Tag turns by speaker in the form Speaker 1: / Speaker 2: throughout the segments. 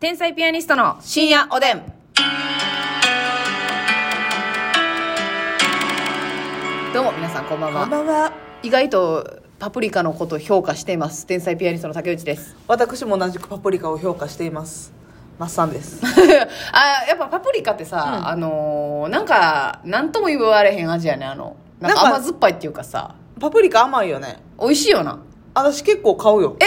Speaker 1: 天才ピアニストの深夜おでん。どうも皆さんこんばん
Speaker 2: こん
Speaker 1: は。
Speaker 2: ばんは。
Speaker 1: 意外とパプリカのことを評価しています。天才ピアニストの竹内です。
Speaker 2: 私も同じくパプリカを評価しています。マッサンです。
Speaker 1: あ、やっぱパプリカってさ、
Speaker 2: うん
Speaker 1: あのーなんか、なんとも言われへん味やね、あの。なん
Speaker 2: なん
Speaker 1: か
Speaker 2: か
Speaker 1: 甘酸っぱいっていうかさ、
Speaker 2: パプリカ甘いよね。
Speaker 1: 美味しいよな。
Speaker 2: 私結構買うよ。
Speaker 1: え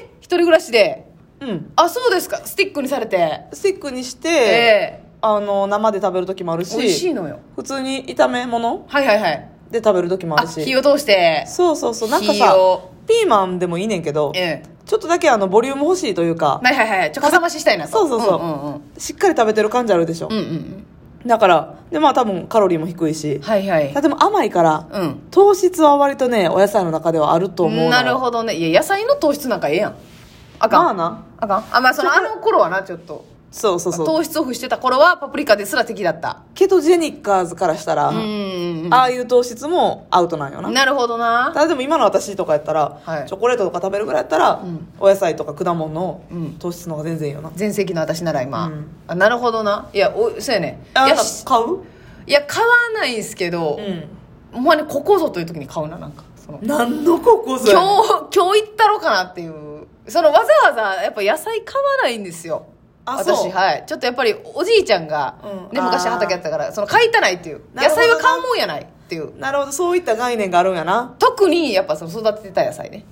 Speaker 1: ー、一人暮らしで。
Speaker 2: うん。
Speaker 1: あ、そうですか。スティックにされて。
Speaker 2: スティックにし
Speaker 1: え
Speaker 2: て、
Speaker 1: え
Speaker 2: あの、生で食べる時もある
Speaker 1: 美味しい
Speaker 2: し、
Speaker 1: のよ。
Speaker 2: 普通に炒め物
Speaker 1: はいはいはい。
Speaker 2: で食べる時もあ
Speaker 1: あ、
Speaker 2: る
Speaker 1: 火
Speaker 2: し。
Speaker 1: を通して。
Speaker 2: そうそうそう。なんか
Speaker 1: 火
Speaker 2: さ
Speaker 1: を、
Speaker 2: ピーマンでもいいねんけど、
Speaker 1: ええ
Speaker 2: ちょっとだけあの、ボリューム欲しいというか、
Speaker 1: はいはいはい。ちょ、かさ増ししたいなと。
Speaker 2: そうそうそ
Speaker 1: うん
Speaker 2: う
Speaker 1: うんうん。
Speaker 2: しっかり食べてる感じあるでしょ
Speaker 1: う。んうん
Speaker 2: だから、で、まあ多分カロリーも低いし
Speaker 1: うん。、はいはい。
Speaker 2: でも甘いから、
Speaker 1: うん。
Speaker 2: 糖質は割とね、お野菜の中ではあると思うのよ
Speaker 1: なるほどね。いや、野菜の糖質なんかええやん。あかん。
Speaker 2: まあな。
Speaker 1: あかん。あ、まあ、その、あの頃はな、ちょっと。
Speaker 2: そうそうそう。
Speaker 1: 糖質オフしてた頃は、パプリカですら敵だった。
Speaker 2: ケトジェニッカーズからしたら、
Speaker 1: うんうんうん。
Speaker 2: ああいう糖質もアウトなんよな。
Speaker 1: なるほどな。
Speaker 2: ただでも今の私とかやったら、
Speaker 1: はい
Speaker 2: チョコレートとか食べるぐらいやったら、
Speaker 1: ん
Speaker 2: お野菜とか果物の
Speaker 1: うん
Speaker 2: 糖質の方が全然いいよな。
Speaker 1: 全盛期の私なら今。
Speaker 2: うん
Speaker 1: あなるほどな。いや、お、そうやね。
Speaker 2: あ
Speaker 1: い
Speaker 2: な
Speaker 1: や、
Speaker 2: んか
Speaker 1: し
Speaker 2: 買う
Speaker 1: いや買わないんすけど、
Speaker 2: う
Speaker 1: ほんまにここぞという時に買うな、なんか。その
Speaker 2: ん。何のここ
Speaker 1: 今
Speaker 2: ぞ
Speaker 1: 日
Speaker 2: やねん、
Speaker 1: 今日行ったろかなっていう。そのわざわざやっぱ野菜買わないんですよ。
Speaker 2: あそう
Speaker 1: 私、はい。ちょっとやっぱりおじいちゃんが、
Speaker 2: うん
Speaker 1: ね、昔
Speaker 2: あー
Speaker 1: 畑やったから、その買いたないっていう。
Speaker 2: なる
Speaker 1: 野
Speaker 2: ほど
Speaker 1: 菜
Speaker 2: な
Speaker 1: は買うもんやないっていう。
Speaker 2: なるほど、そういった概念があるんやな。
Speaker 1: 特にやっぱその育ててた野菜ね。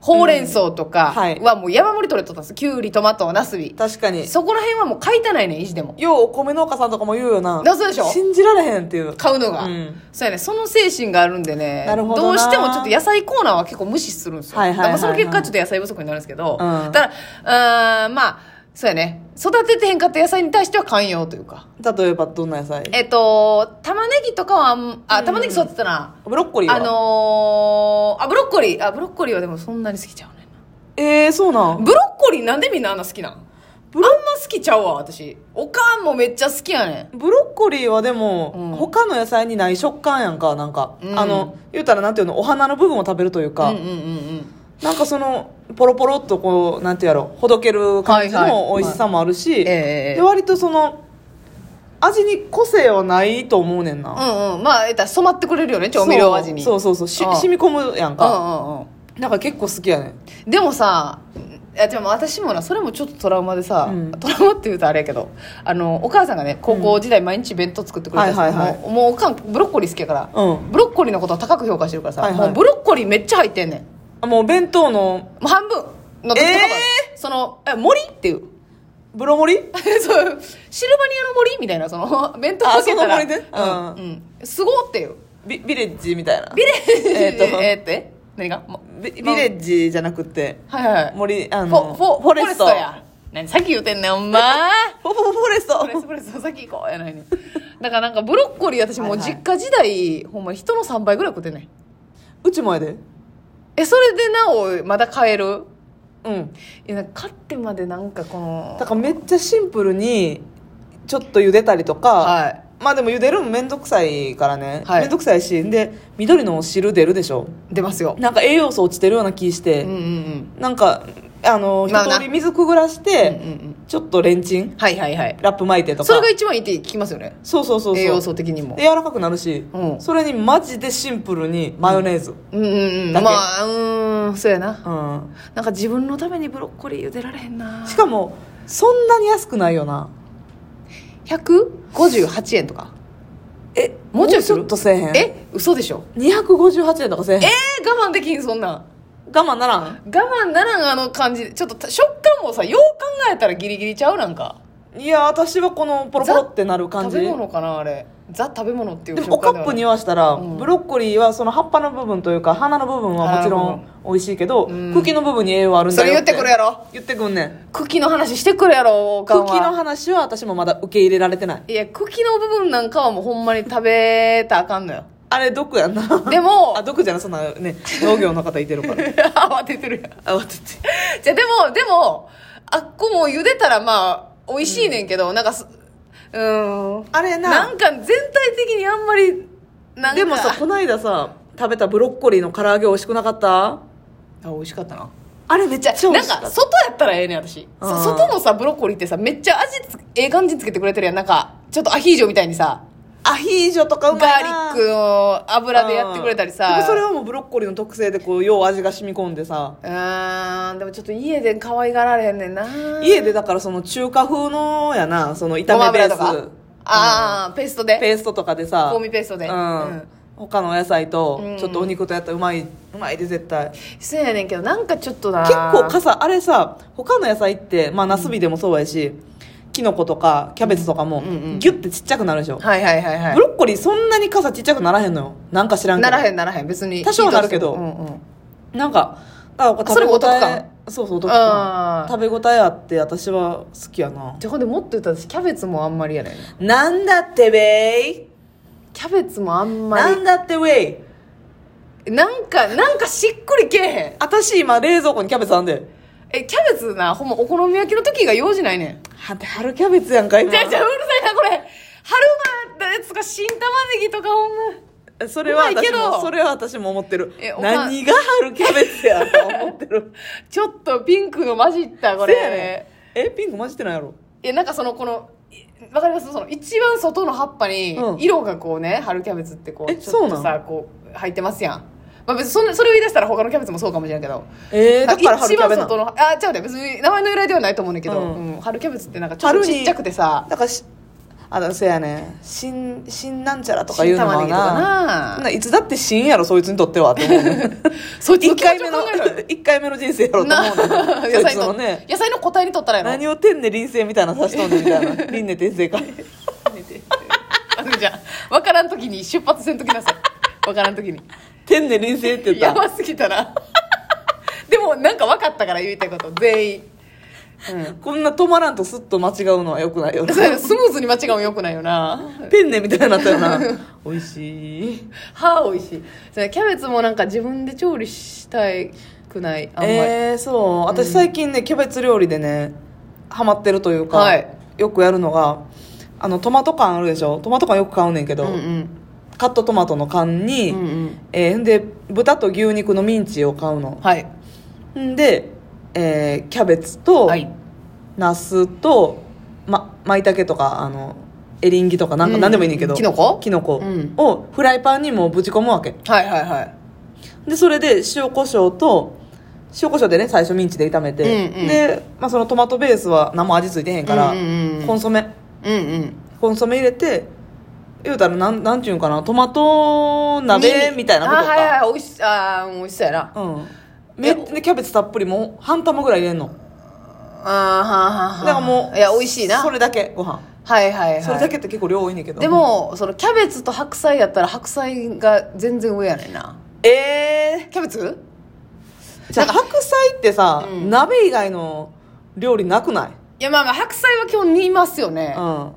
Speaker 1: ほうれん草とか
Speaker 2: うんはい
Speaker 1: はもう山盛り取れとったんです。きゅうり、トマト、ナスビ。
Speaker 2: 確かに。
Speaker 1: そこら辺はもう買いたないね、意地でも。
Speaker 2: ようお米農家さんとかも言うよな。
Speaker 1: だそうでしょ
Speaker 2: 信じられへんっていう。
Speaker 1: 買うのが、
Speaker 2: うん
Speaker 1: そうやねその精神があるんでね
Speaker 2: なるほどな
Speaker 1: うしてもちょっと野菜コーナーは結構無視するんですよ、
Speaker 2: はいはいはいはい
Speaker 1: だからその結果ちょっと野菜不足になるんですけど、
Speaker 2: うん
Speaker 1: ただからうーんまあそうやね育ててへんかった野菜に対しては寛容というか
Speaker 2: 例えばどんな野菜
Speaker 1: えっと玉ねぎとかはあんあ玉ねぎ育てたな、
Speaker 2: ブロッコリーは
Speaker 1: あのー、あブロッコリーあブロッコリーはでもそんなに好きちゃうねんな
Speaker 2: えー、そうなん。
Speaker 1: ブロッコリーなんでみんなあんな好きなんあんま好きちゃうわ私おかんもめっちゃ好きやねん
Speaker 2: ブロッコリーはでも、
Speaker 1: うん
Speaker 2: 他の野菜にない食感やんかなんか、
Speaker 1: うん
Speaker 2: あの言うたらなんていうのお花の部分を食べるというか、
Speaker 1: うんうんうんうん
Speaker 2: なんかそのポロポロっとこうなんていうやろほどける感じ
Speaker 1: はいはい
Speaker 2: の美味しさもあるし、
Speaker 1: ええ
Speaker 2: で割とその味に個性はないと思うねんな、
Speaker 1: うんうんまあえったら染まってくれるよね調味料味に
Speaker 2: そうそうそうそう
Speaker 1: ああ
Speaker 2: し染み込むやん
Speaker 1: うん
Speaker 2: か、
Speaker 1: うんうん
Speaker 2: なんか結構好きやねん
Speaker 1: でもさいやでも私もなそれもちょっとトラウマでさ、
Speaker 2: うん
Speaker 1: トラウマって言うとあれやけどあのお母さんがね高校時代毎日弁当作ってくれたりして、
Speaker 2: はいはいはい
Speaker 1: もうもうおかんブロッコリー好きやから、
Speaker 2: うん
Speaker 1: ブロッコリーのことは高く評価してるからさ、
Speaker 2: はいはい
Speaker 1: もうブロッコリーめっちゃ入ってんねんも
Speaker 2: あもう弁当の
Speaker 1: う半分の時とかも、
Speaker 2: え
Speaker 1: そのえ森っていう
Speaker 2: ブロ盛り
Speaker 1: そうシルバニアの森みたいなその弁当かけたら
Speaker 2: あその森ね
Speaker 1: うんうん、すごっていう
Speaker 2: ビビレッジみたいな
Speaker 1: ビレッジ
Speaker 2: えーっと
Speaker 1: えーって何が、ま
Speaker 2: ビビレッジじゃなくて
Speaker 1: はいはいはい
Speaker 2: 森あ
Speaker 1: フォ
Speaker 2: の
Speaker 1: フォ
Speaker 2: フォレスト
Speaker 1: フォや何さっき言うてんねんお前
Speaker 2: フォフォフォレス
Speaker 1: フ
Speaker 2: ト
Speaker 1: ォレストフォレスト先行こうやないねんだからなんかブロッコリー私もう実家時代、ほんま人の3倍ぐらい食ってんねん
Speaker 2: うちもやで
Speaker 1: えそれでなおまだ買える
Speaker 2: うん
Speaker 1: いやなんか買ってまでなんかこの
Speaker 2: だからめっちゃシンプルにちょっと茹でたりとか、
Speaker 1: はい
Speaker 2: まあでも茹でるのめんどくさいからね、
Speaker 1: はい
Speaker 2: めんどくさいしで緑の汁出るでしょ
Speaker 1: 出ますよ
Speaker 2: なんか栄養素落ちてるような気して、
Speaker 1: うんうんうん
Speaker 2: なんかあの
Speaker 1: まあな
Speaker 2: 一通り水くぐらし
Speaker 1: うんう
Speaker 2: て、
Speaker 1: ん
Speaker 2: ちょっとレンチン
Speaker 1: はいはいはい
Speaker 2: ラップ巻いてとか
Speaker 1: それが一番いいって聞きますよね
Speaker 2: そうそうそうそう
Speaker 1: 栄養素的にも
Speaker 2: で柔らかくなるし、
Speaker 1: うん
Speaker 2: それにマジでシンプルにマヨネーズ
Speaker 1: うんうんうん
Speaker 2: だけ
Speaker 1: まあうーんそうやな
Speaker 2: うん、
Speaker 1: なんか自分のためにブロッコリー茹でられへんな
Speaker 2: しかもそんなに安くないよな
Speaker 1: 158円とか
Speaker 2: え
Speaker 1: もうちょいする
Speaker 2: っとせえへん
Speaker 1: え嘘でしょ
Speaker 2: 258円とかせえへん
Speaker 1: えー我慢できんそんなん
Speaker 2: 我慢ならん
Speaker 1: 我慢ならんあの感じちょっと食感もさよう考えたらギリギリちゃうなんか
Speaker 2: いや私はこのポロポロってなる感じ
Speaker 1: 食べ
Speaker 2: で
Speaker 1: 物かなあれザ食べ物っていう
Speaker 2: もおカップ
Speaker 1: 食感で
Speaker 2: にはしたら、
Speaker 1: うん
Speaker 2: ブロッコリーはその葉っぱの部分というか花の部分はもちろん美味しいけど、
Speaker 1: うん
Speaker 2: 茎の部分に栄養ある
Speaker 1: はなんいそ
Speaker 2: だよ
Speaker 1: れ言ってくるやろ
Speaker 2: 言ってくんねん
Speaker 1: 茎の話してくるやろおかんは
Speaker 2: 茎の話は私もまだ受け入れられてない
Speaker 1: いや茎の部分なんかはもうほんまに食べたらあかんのよ
Speaker 2: あれ毒やんな
Speaker 1: でも
Speaker 2: あ毒じゃないそんなね農業の方いてるから
Speaker 1: 慌ててるやん
Speaker 2: あ待ってて
Speaker 1: じゃあでもでもあっこも茹でたらまあ美味しいねんけど、なんかすうーん
Speaker 2: あれな
Speaker 1: なんか全体的にあんまりなんか
Speaker 2: でもさこないださ食べたブロッコリーの唐揚げ美味しくなかった
Speaker 1: あ美味しかったな
Speaker 2: あれめっちゃ美
Speaker 1: な
Speaker 2: 味
Speaker 1: ん
Speaker 2: しかっ
Speaker 1: か
Speaker 2: た
Speaker 1: 外やったらええねん私
Speaker 2: う
Speaker 1: そ
Speaker 2: ん
Speaker 1: 外のさブロッコリーってさめっちゃ味つええ感じにつけてくれてるやんなんかちょっとアヒージョみたいにさ
Speaker 2: アヒージョと
Speaker 1: ガ
Speaker 2: かう
Speaker 1: ー
Speaker 2: まい
Speaker 1: リ
Speaker 2: な
Speaker 1: ックの油でやってくれたり
Speaker 2: うんで
Speaker 1: さ
Speaker 2: もそれはもうブロッコリーの特性でこうよう味が染み込んでさ
Speaker 1: うーんでもちょっと家で可愛がられへんねんな
Speaker 2: 家でだからその中華風のやなその
Speaker 1: ごま
Speaker 2: 炒めベ
Speaker 1: 油
Speaker 2: ー
Speaker 1: と
Speaker 2: ス、
Speaker 1: かああペーストで
Speaker 2: ペーストとかでさ
Speaker 1: 香味ペーストで
Speaker 2: う
Speaker 1: うんん
Speaker 2: 他のお野菜と
Speaker 1: うん
Speaker 2: ちょっとお肉とやったらうまいうまいで絶対結
Speaker 1: そうやねんけどなんかちょっとな
Speaker 2: 構かさあれさ他の野菜ってまあなすびでもそうやし、きのことかキャベツとかも、
Speaker 1: うんうんうん
Speaker 2: ギュッてちっちゃくなるでしょ、
Speaker 1: はいはいはいはい
Speaker 2: ブロッコリーそんなに傘ちっちゃくならへんのよなんか知らんけ
Speaker 1: な
Speaker 2: ど
Speaker 1: らへんならへん別に
Speaker 2: 多少なるけど
Speaker 1: うんうん
Speaker 2: なんかだから
Speaker 1: それもお得
Speaker 2: 食べ応え
Speaker 1: 感
Speaker 2: そうそうお得感
Speaker 1: あー
Speaker 2: 食べ応えあって私は好きやな
Speaker 1: じゃあほんでもっと言ったら私キャベツもあんまりやねんな
Speaker 2: なんだってべい
Speaker 1: キャベツもあんま
Speaker 2: なんだってべい
Speaker 1: りなんかなんかしっくりけえへん
Speaker 2: 私今冷蔵庫にキャベツあんで
Speaker 1: えキャベツなほんまお好み焼きの時が用事ないねん
Speaker 2: はて春キャベツやんか今
Speaker 1: じゃあじゃあうるさいなこれ春巻やつとか新玉ねぎとかほんま
Speaker 2: それは
Speaker 1: うまい
Speaker 2: 私
Speaker 1: けど
Speaker 2: もそれは私も思ってる
Speaker 1: えおかん
Speaker 2: 何が春キャベツやと思って る
Speaker 1: ちょっとピンクの混じったこ
Speaker 2: せやね
Speaker 1: れ
Speaker 2: んえピンク混じってないやろ
Speaker 1: いやなんかそのこのいわかりますその一番外の葉っぱに
Speaker 2: うん
Speaker 1: 色がこうね、春キャベツってこう
Speaker 2: え
Speaker 1: ちょっ
Speaker 2: そ
Speaker 1: と
Speaker 2: うな
Speaker 1: さこう入ってますやんまあ別にそんなそれを言い出したら他のキャベツもそうかもしれんけど、
Speaker 2: えー、だから春キャベツ
Speaker 1: 一
Speaker 2: な
Speaker 1: 番外のあちゃうね別に名前の由来ではないと思うねんだけど、
Speaker 2: う
Speaker 1: うん春キャベツってなんかちょっとちっちゃくてさ
Speaker 2: だからしあだせやねん新新なんちゃらとかいうのは
Speaker 1: 新玉ねぎとか
Speaker 2: な
Speaker 1: な
Speaker 2: ないつだって新やろそいつにとってはって思うねん
Speaker 1: そいつの
Speaker 2: 一
Speaker 1: 気持
Speaker 2: 回
Speaker 1: ち
Speaker 2: 目
Speaker 1: を
Speaker 2: の
Speaker 1: 考えろよ
Speaker 2: 一回目の人生やろと
Speaker 1: な
Speaker 2: 思うねんそ
Speaker 1: 野
Speaker 2: い
Speaker 1: 菜
Speaker 2: つの
Speaker 1: の、
Speaker 2: ね
Speaker 1: 野菜の個体にとったらやろ
Speaker 2: 何を天ね臨戦みたいなの差しとんねんみた いな輪廻転生か
Speaker 1: あのじゃあ分からん時に出発せんときなさい分からん時に
Speaker 2: 天ね臨戦って言
Speaker 1: や
Speaker 2: った
Speaker 1: ばすぎたなでもなんか分かったから言いたいこと全員
Speaker 2: こんな止まらんとスッと間違うのはよくないよな
Speaker 1: そうやなスムーズに間違うんよくないよな
Speaker 2: ペンネみたいになった よな美味しい
Speaker 1: 歯美味しいそうやキャベツもなんか自分で調理したいくないあんまり、
Speaker 2: えー、そう私最近ねキャベツ料理でねハマってるというか、
Speaker 1: はい
Speaker 2: よくやるのがあのトマト缶あるでしょトマト缶よく買うねんけど、
Speaker 1: うんうん
Speaker 2: カットトマトの缶に、
Speaker 1: うんうん
Speaker 2: えーんで豚と牛肉のミンチを買うの
Speaker 1: はい
Speaker 2: んで、えーキャベツと、
Speaker 1: はい
Speaker 2: ナスとま舞茸とかあのエリンギとかなんか
Speaker 1: うん
Speaker 2: 何でもいいねんけど、
Speaker 1: キノコ
Speaker 2: キノコ
Speaker 1: うん
Speaker 2: をフライパンにもうぶち込むわけ
Speaker 1: はいはいはい
Speaker 2: でそれで塩コショウと塩コショウでね最初ミンチで炒めて、
Speaker 1: うんうん
Speaker 2: で、まあ、そのトマトベースは何も味付いてへんから、
Speaker 1: うんうんうん
Speaker 2: コンソメ
Speaker 1: うんうん
Speaker 2: コンソメ入れて言うたらなんなんていうんかなトマト鍋みたいなこと
Speaker 1: あ
Speaker 2: か、
Speaker 1: はいはい美味しあー美味しそうやな
Speaker 2: うんめでキャベツたっぷりもう半玉ぐらい入れんの
Speaker 1: あーはんはんはん
Speaker 2: だからもう
Speaker 1: いや美味しいな
Speaker 2: それだけご飯
Speaker 1: はいはいはい
Speaker 2: それだけって結構量多いねんけど
Speaker 1: でもそのキャベツと白菜やったら白菜が全然上やねんな
Speaker 2: え
Speaker 1: キャベツ
Speaker 2: ー、じゃあ白菜ってさ、
Speaker 1: うん
Speaker 2: 鍋以外の料理なくない
Speaker 1: いやまあまあ白菜は基本煮ますよね
Speaker 2: うん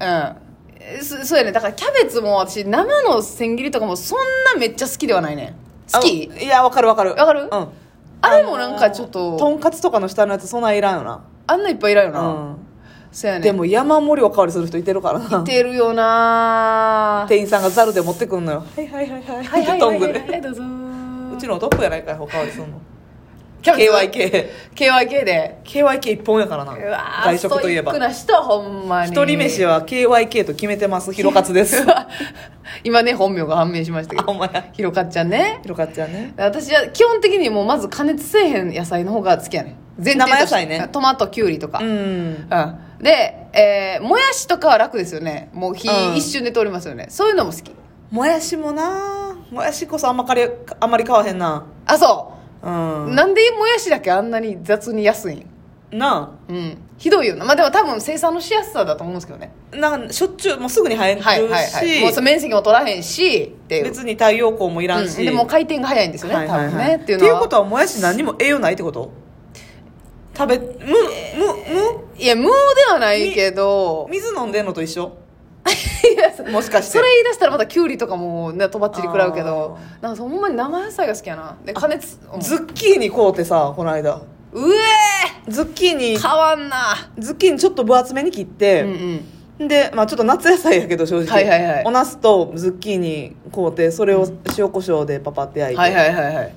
Speaker 1: えそそうやねだからキャベツも私生の千切りとかもそんなめっちゃ好きではないね好き
Speaker 2: あいやわかるわかる
Speaker 1: わかる
Speaker 2: うん
Speaker 1: あれもなんかちょっと、
Speaker 2: とんかつとかの下のやつそんなんいらんよな
Speaker 1: あんないっぱいいらんよな、
Speaker 2: う
Speaker 1: そうや
Speaker 2: ん
Speaker 1: ね
Speaker 2: でも山盛りおかわりする人いてるから
Speaker 1: 似
Speaker 2: な
Speaker 1: てるよな
Speaker 2: 店員さんがザルで持ってくんのよはいはいはいはい
Speaker 1: はいはい
Speaker 2: ト
Speaker 1: はい
Speaker 2: ング
Speaker 1: はい、は
Speaker 2: で
Speaker 1: い、どうぞ
Speaker 2: うちのトップやないかいおかわりするの
Speaker 1: キャベツ
Speaker 2: KYK
Speaker 1: KYK で
Speaker 2: KYK 一本やからな
Speaker 1: うわー
Speaker 2: 外食とい
Speaker 1: ス
Speaker 2: え
Speaker 1: トイック
Speaker 2: ば
Speaker 1: な人ほんまに
Speaker 2: 一人飯は KYK と決めてますひろかつです
Speaker 1: 今ね本名が判明しましたけ
Speaker 2: あお
Speaker 1: ど
Speaker 2: 前や
Speaker 1: ひろかっちゃんね
Speaker 2: ひろかつやね
Speaker 1: 私は基本的にもうまず加熱せえへん野菜の方が好きやねん全
Speaker 2: 生野菜ね
Speaker 1: トマトきゅうりとかう
Speaker 2: う
Speaker 1: ん、
Speaker 2: ん
Speaker 1: で、えーもやしとかは楽ですよねもう火
Speaker 2: うん
Speaker 1: 一瞬で通りますよね、そういうのも好き
Speaker 2: もやしもなもやしこそあんまかりあんまり買わへんな
Speaker 1: あそうう、
Speaker 2: んな
Speaker 1: なんでもやしだけあんなに雑に安いん
Speaker 2: な
Speaker 1: うんひどいよなまあでも多分生産のしやすさだと思うんですけどね
Speaker 2: あなんかしょっちゅうもうすぐに入るし、
Speaker 1: はいはいはいもうその面積も取らへんしっていう
Speaker 2: 別に太陽光もいらんし、
Speaker 1: うん、でも回転が早いんですよね、
Speaker 2: はいはいはい
Speaker 1: 多分ねっていう
Speaker 2: ってい
Speaker 1: の
Speaker 2: う
Speaker 1: は
Speaker 2: ことはもやし何にも栄養ないってこと食べむむむ
Speaker 1: いや無ではないけど
Speaker 2: 水飲んでんのと一緒
Speaker 1: いやそ
Speaker 2: もしかし て
Speaker 1: それ言い出したらまたキュウリとかもねとばっちり食らうけど
Speaker 2: あ
Speaker 1: なんかほんまに生野菜が好きやなで加熱うん
Speaker 2: ズッキーニ買うてさこの間
Speaker 1: うえ
Speaker 2: ズッキーニ
Speaker 1: ー変わんな
Speaker 2: ズッキーニちょっと分厚めに切っ
Speaker 1: うんう
Speaker 2: て、
Speaker 1: ん
Speaker 2: で、まあ、ちょっと夏野菜やけど正直、
Speaker 1: はいはいはい
Speaker 2: お茄子とズッキーニ買うてそれを塩コショウでパパって焼いて、
Speaker 1: はいはいはいはい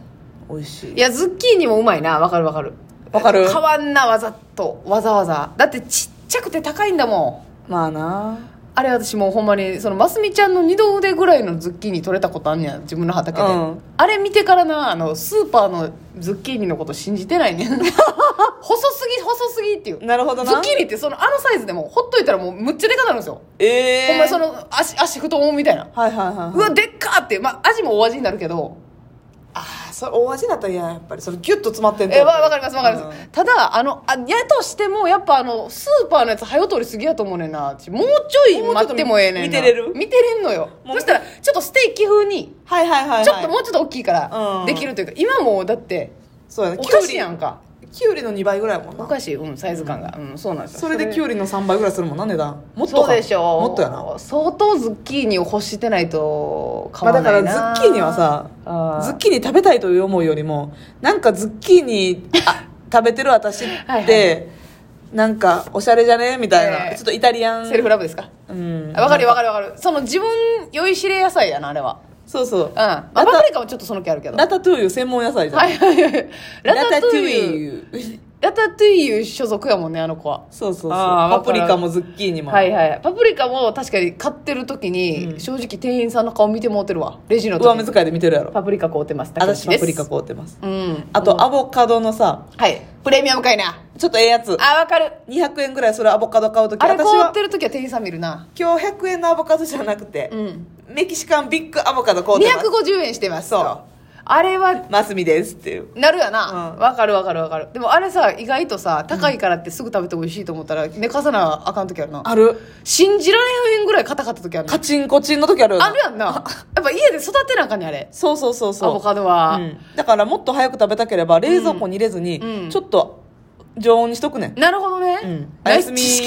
Speaker 2: 美味しい
Speaker 1: いやズッキーニもうまいなわかるわかる
Speaker 2: わかる
Speaker 1: 変わんなわざとわざわざだってちっちゃくて高いんだもん
Speaker 2: まあな
Speaker 1: あれ私もうほんまにそのますみちゃんの二度腕ぐらいのズッキーニ取れたことあんねや自分の畑で、
Speaker 2: うん
Speaker 1: あれ見てからなあのスーパーのズッキーニのこと信じてないね ん細すぎ細すぎっていう
Speaker 2: なるほど
Speaker 1: ズッ
Speaker 2: な
Speaker 1: キーニってそのあのサイズでもほっといたらもうむっちゃでかなるんですよ、
Speaker 2: ええ
Speaker 1: ほんまにその足足太ももみたいな
Speaker 2: はいはいはいう
Speaker 1: わでっかってまあ味もお味になるけど
Speaker 2: ああそれ大味だったら嫌ややっぱりそれギュッと詰まってんと
Speaker 1: えわわかりますわかります、
Speaker 2: うん
Speaker 1: ただあのあやとしてもやっぱあのスーパーのやつ早取りすぎやと思うねんなちもうちょい待ってもええねんな
Speaker 2: もうちょっと見てれる
Speaker 1: 見てれんのよ
Speaker 2: もう
Speaker 1: そしたらちょっとステーキ風に
Speaker 2: はいはいはい、はい、
Speaker 1: ちょっともうちょっと大きいから
Speaker 2: うん
Speaker 1: できるというか、今もうだって
Speaker 2: そうやね
Speaker 1: お菓子やんか
Speaker 2: きゅうりの2倍ぐらいやもん
Speaker 1: お
Speaker 2: な
Speaker 1: 菓子うんサイズ感がうん、そうなんですよ
Speaker 2: それできゅうりの3倍ぐらいするもんな値段もっと
Speaker 1: そ
Speaker 2: か
Speaker 1: うでしょう
Speaker 2: もっとやな
Speaker 1: 相当ズッキーニを欲してないと買
Speaker 2: まあ、
Speaker 1: わ
Speaker 2: だ
Speaker 1: な
Speaker 2: か
Speaker 1: いな、
Speaker 2: らズッキーニはさ
Speaker 1: あー
Speaker 2: ズッキーニ食べたいという思うよりもなんかズッキーニあ食べてる私って
Speaker 1: はいは
Speaker 2: なんかおしゃれじゃねみたいな、
Speaker 1: ええ
Speaker 2: ちょっとイタリアン
Speaker 1: セルフラブですか
Speaker 2: うん
Speaker 1: わかるよわかるよわかるその自分酔いしれ野菜やなあれは
Speaker 2: そうそう、
Speaker 1: うんまあ
Speaker 2: ラタ
Speaker 1: パプリカもちょっとその気あるけど
Speaker 2: ラタトゥーユ専門野菜じゃん、
Speaker 1: はいはいはい。ラタトゥイユ。
Speaker 2: ラタトゥーユ
Speaker 1: ラタトゥイユ所属やもんね、あの子は。
Speaker 2: そうそうそう
Speaker 1: あー
Speaker 2: パプリカもズッキーニも、
Speaker 1: はいはい。パプリカも確かに買ってる時に、
Speaker 2: うん
Speaker 1: 正直店員さんの顔見てもうてるわ。レジの
Speaker 2: 上
Speaker 1: 時
Speaker 2: 目遣いで見てるやろ
Speaker 1: パプリカ買うてます。
Speaker 2: 私パプリカ
Speaker 1: う。
Speaker 2: 凍ってます
Speaker 1: うん。
Speaker 2: あとアボカドのさ
Speaker 1: はい。プレミアムかいな。
Speaker 2: ちょっとええやつ
Speaker 1: あ、わかる。
Speaker 2: 200円ぐらいそれアボカド買うとき
Speaker 1: あれ
Speaker 2: 私
Speaker 1: 買
Speaker 2: は
Speaker 1: ってる時は店員さん見るな。
Speaker 2: 今日100円のアボカドじゃなくて
Speaker 1: う、ん。
Speaker 2: メキシカンビッグアボカド買うてます
Speaker 1: 250円してます。
Speaker 2: そう。
Speaker 1: あれは、
Speaker 2: マスミですっていう
Speaker 1: なるやな。
Speaker 2: うん
Speaker 1: わ、かるわかるわかる。でもあれさ、意外とさ、高いからってすぐ食べて美味しいと思ったら、寝かさなあかん時あるな。
Speaker 2: ある
Speaker 1: 信じられへんぐらい硬かった時あるな
Speaker 2: カチンコチンの時あるよな
Speaker 1: あるやんな。やっぱ家で育てなあかんねあれ。
Speaker 2: そうそうそうそう
Speaker 1: アボカドは。
Speaker 2: うん、だからもっと早く食べたければ冷蔵庫に入れずに、
Speaker 1: うんうん
Speaker 2: ちょっと常温にしとくねん
Speaker 1: なるほどね。
Speaker 2: うん
Speaker 1: ナイス
Speaker 2: おやすみ
Speaker 1: 知識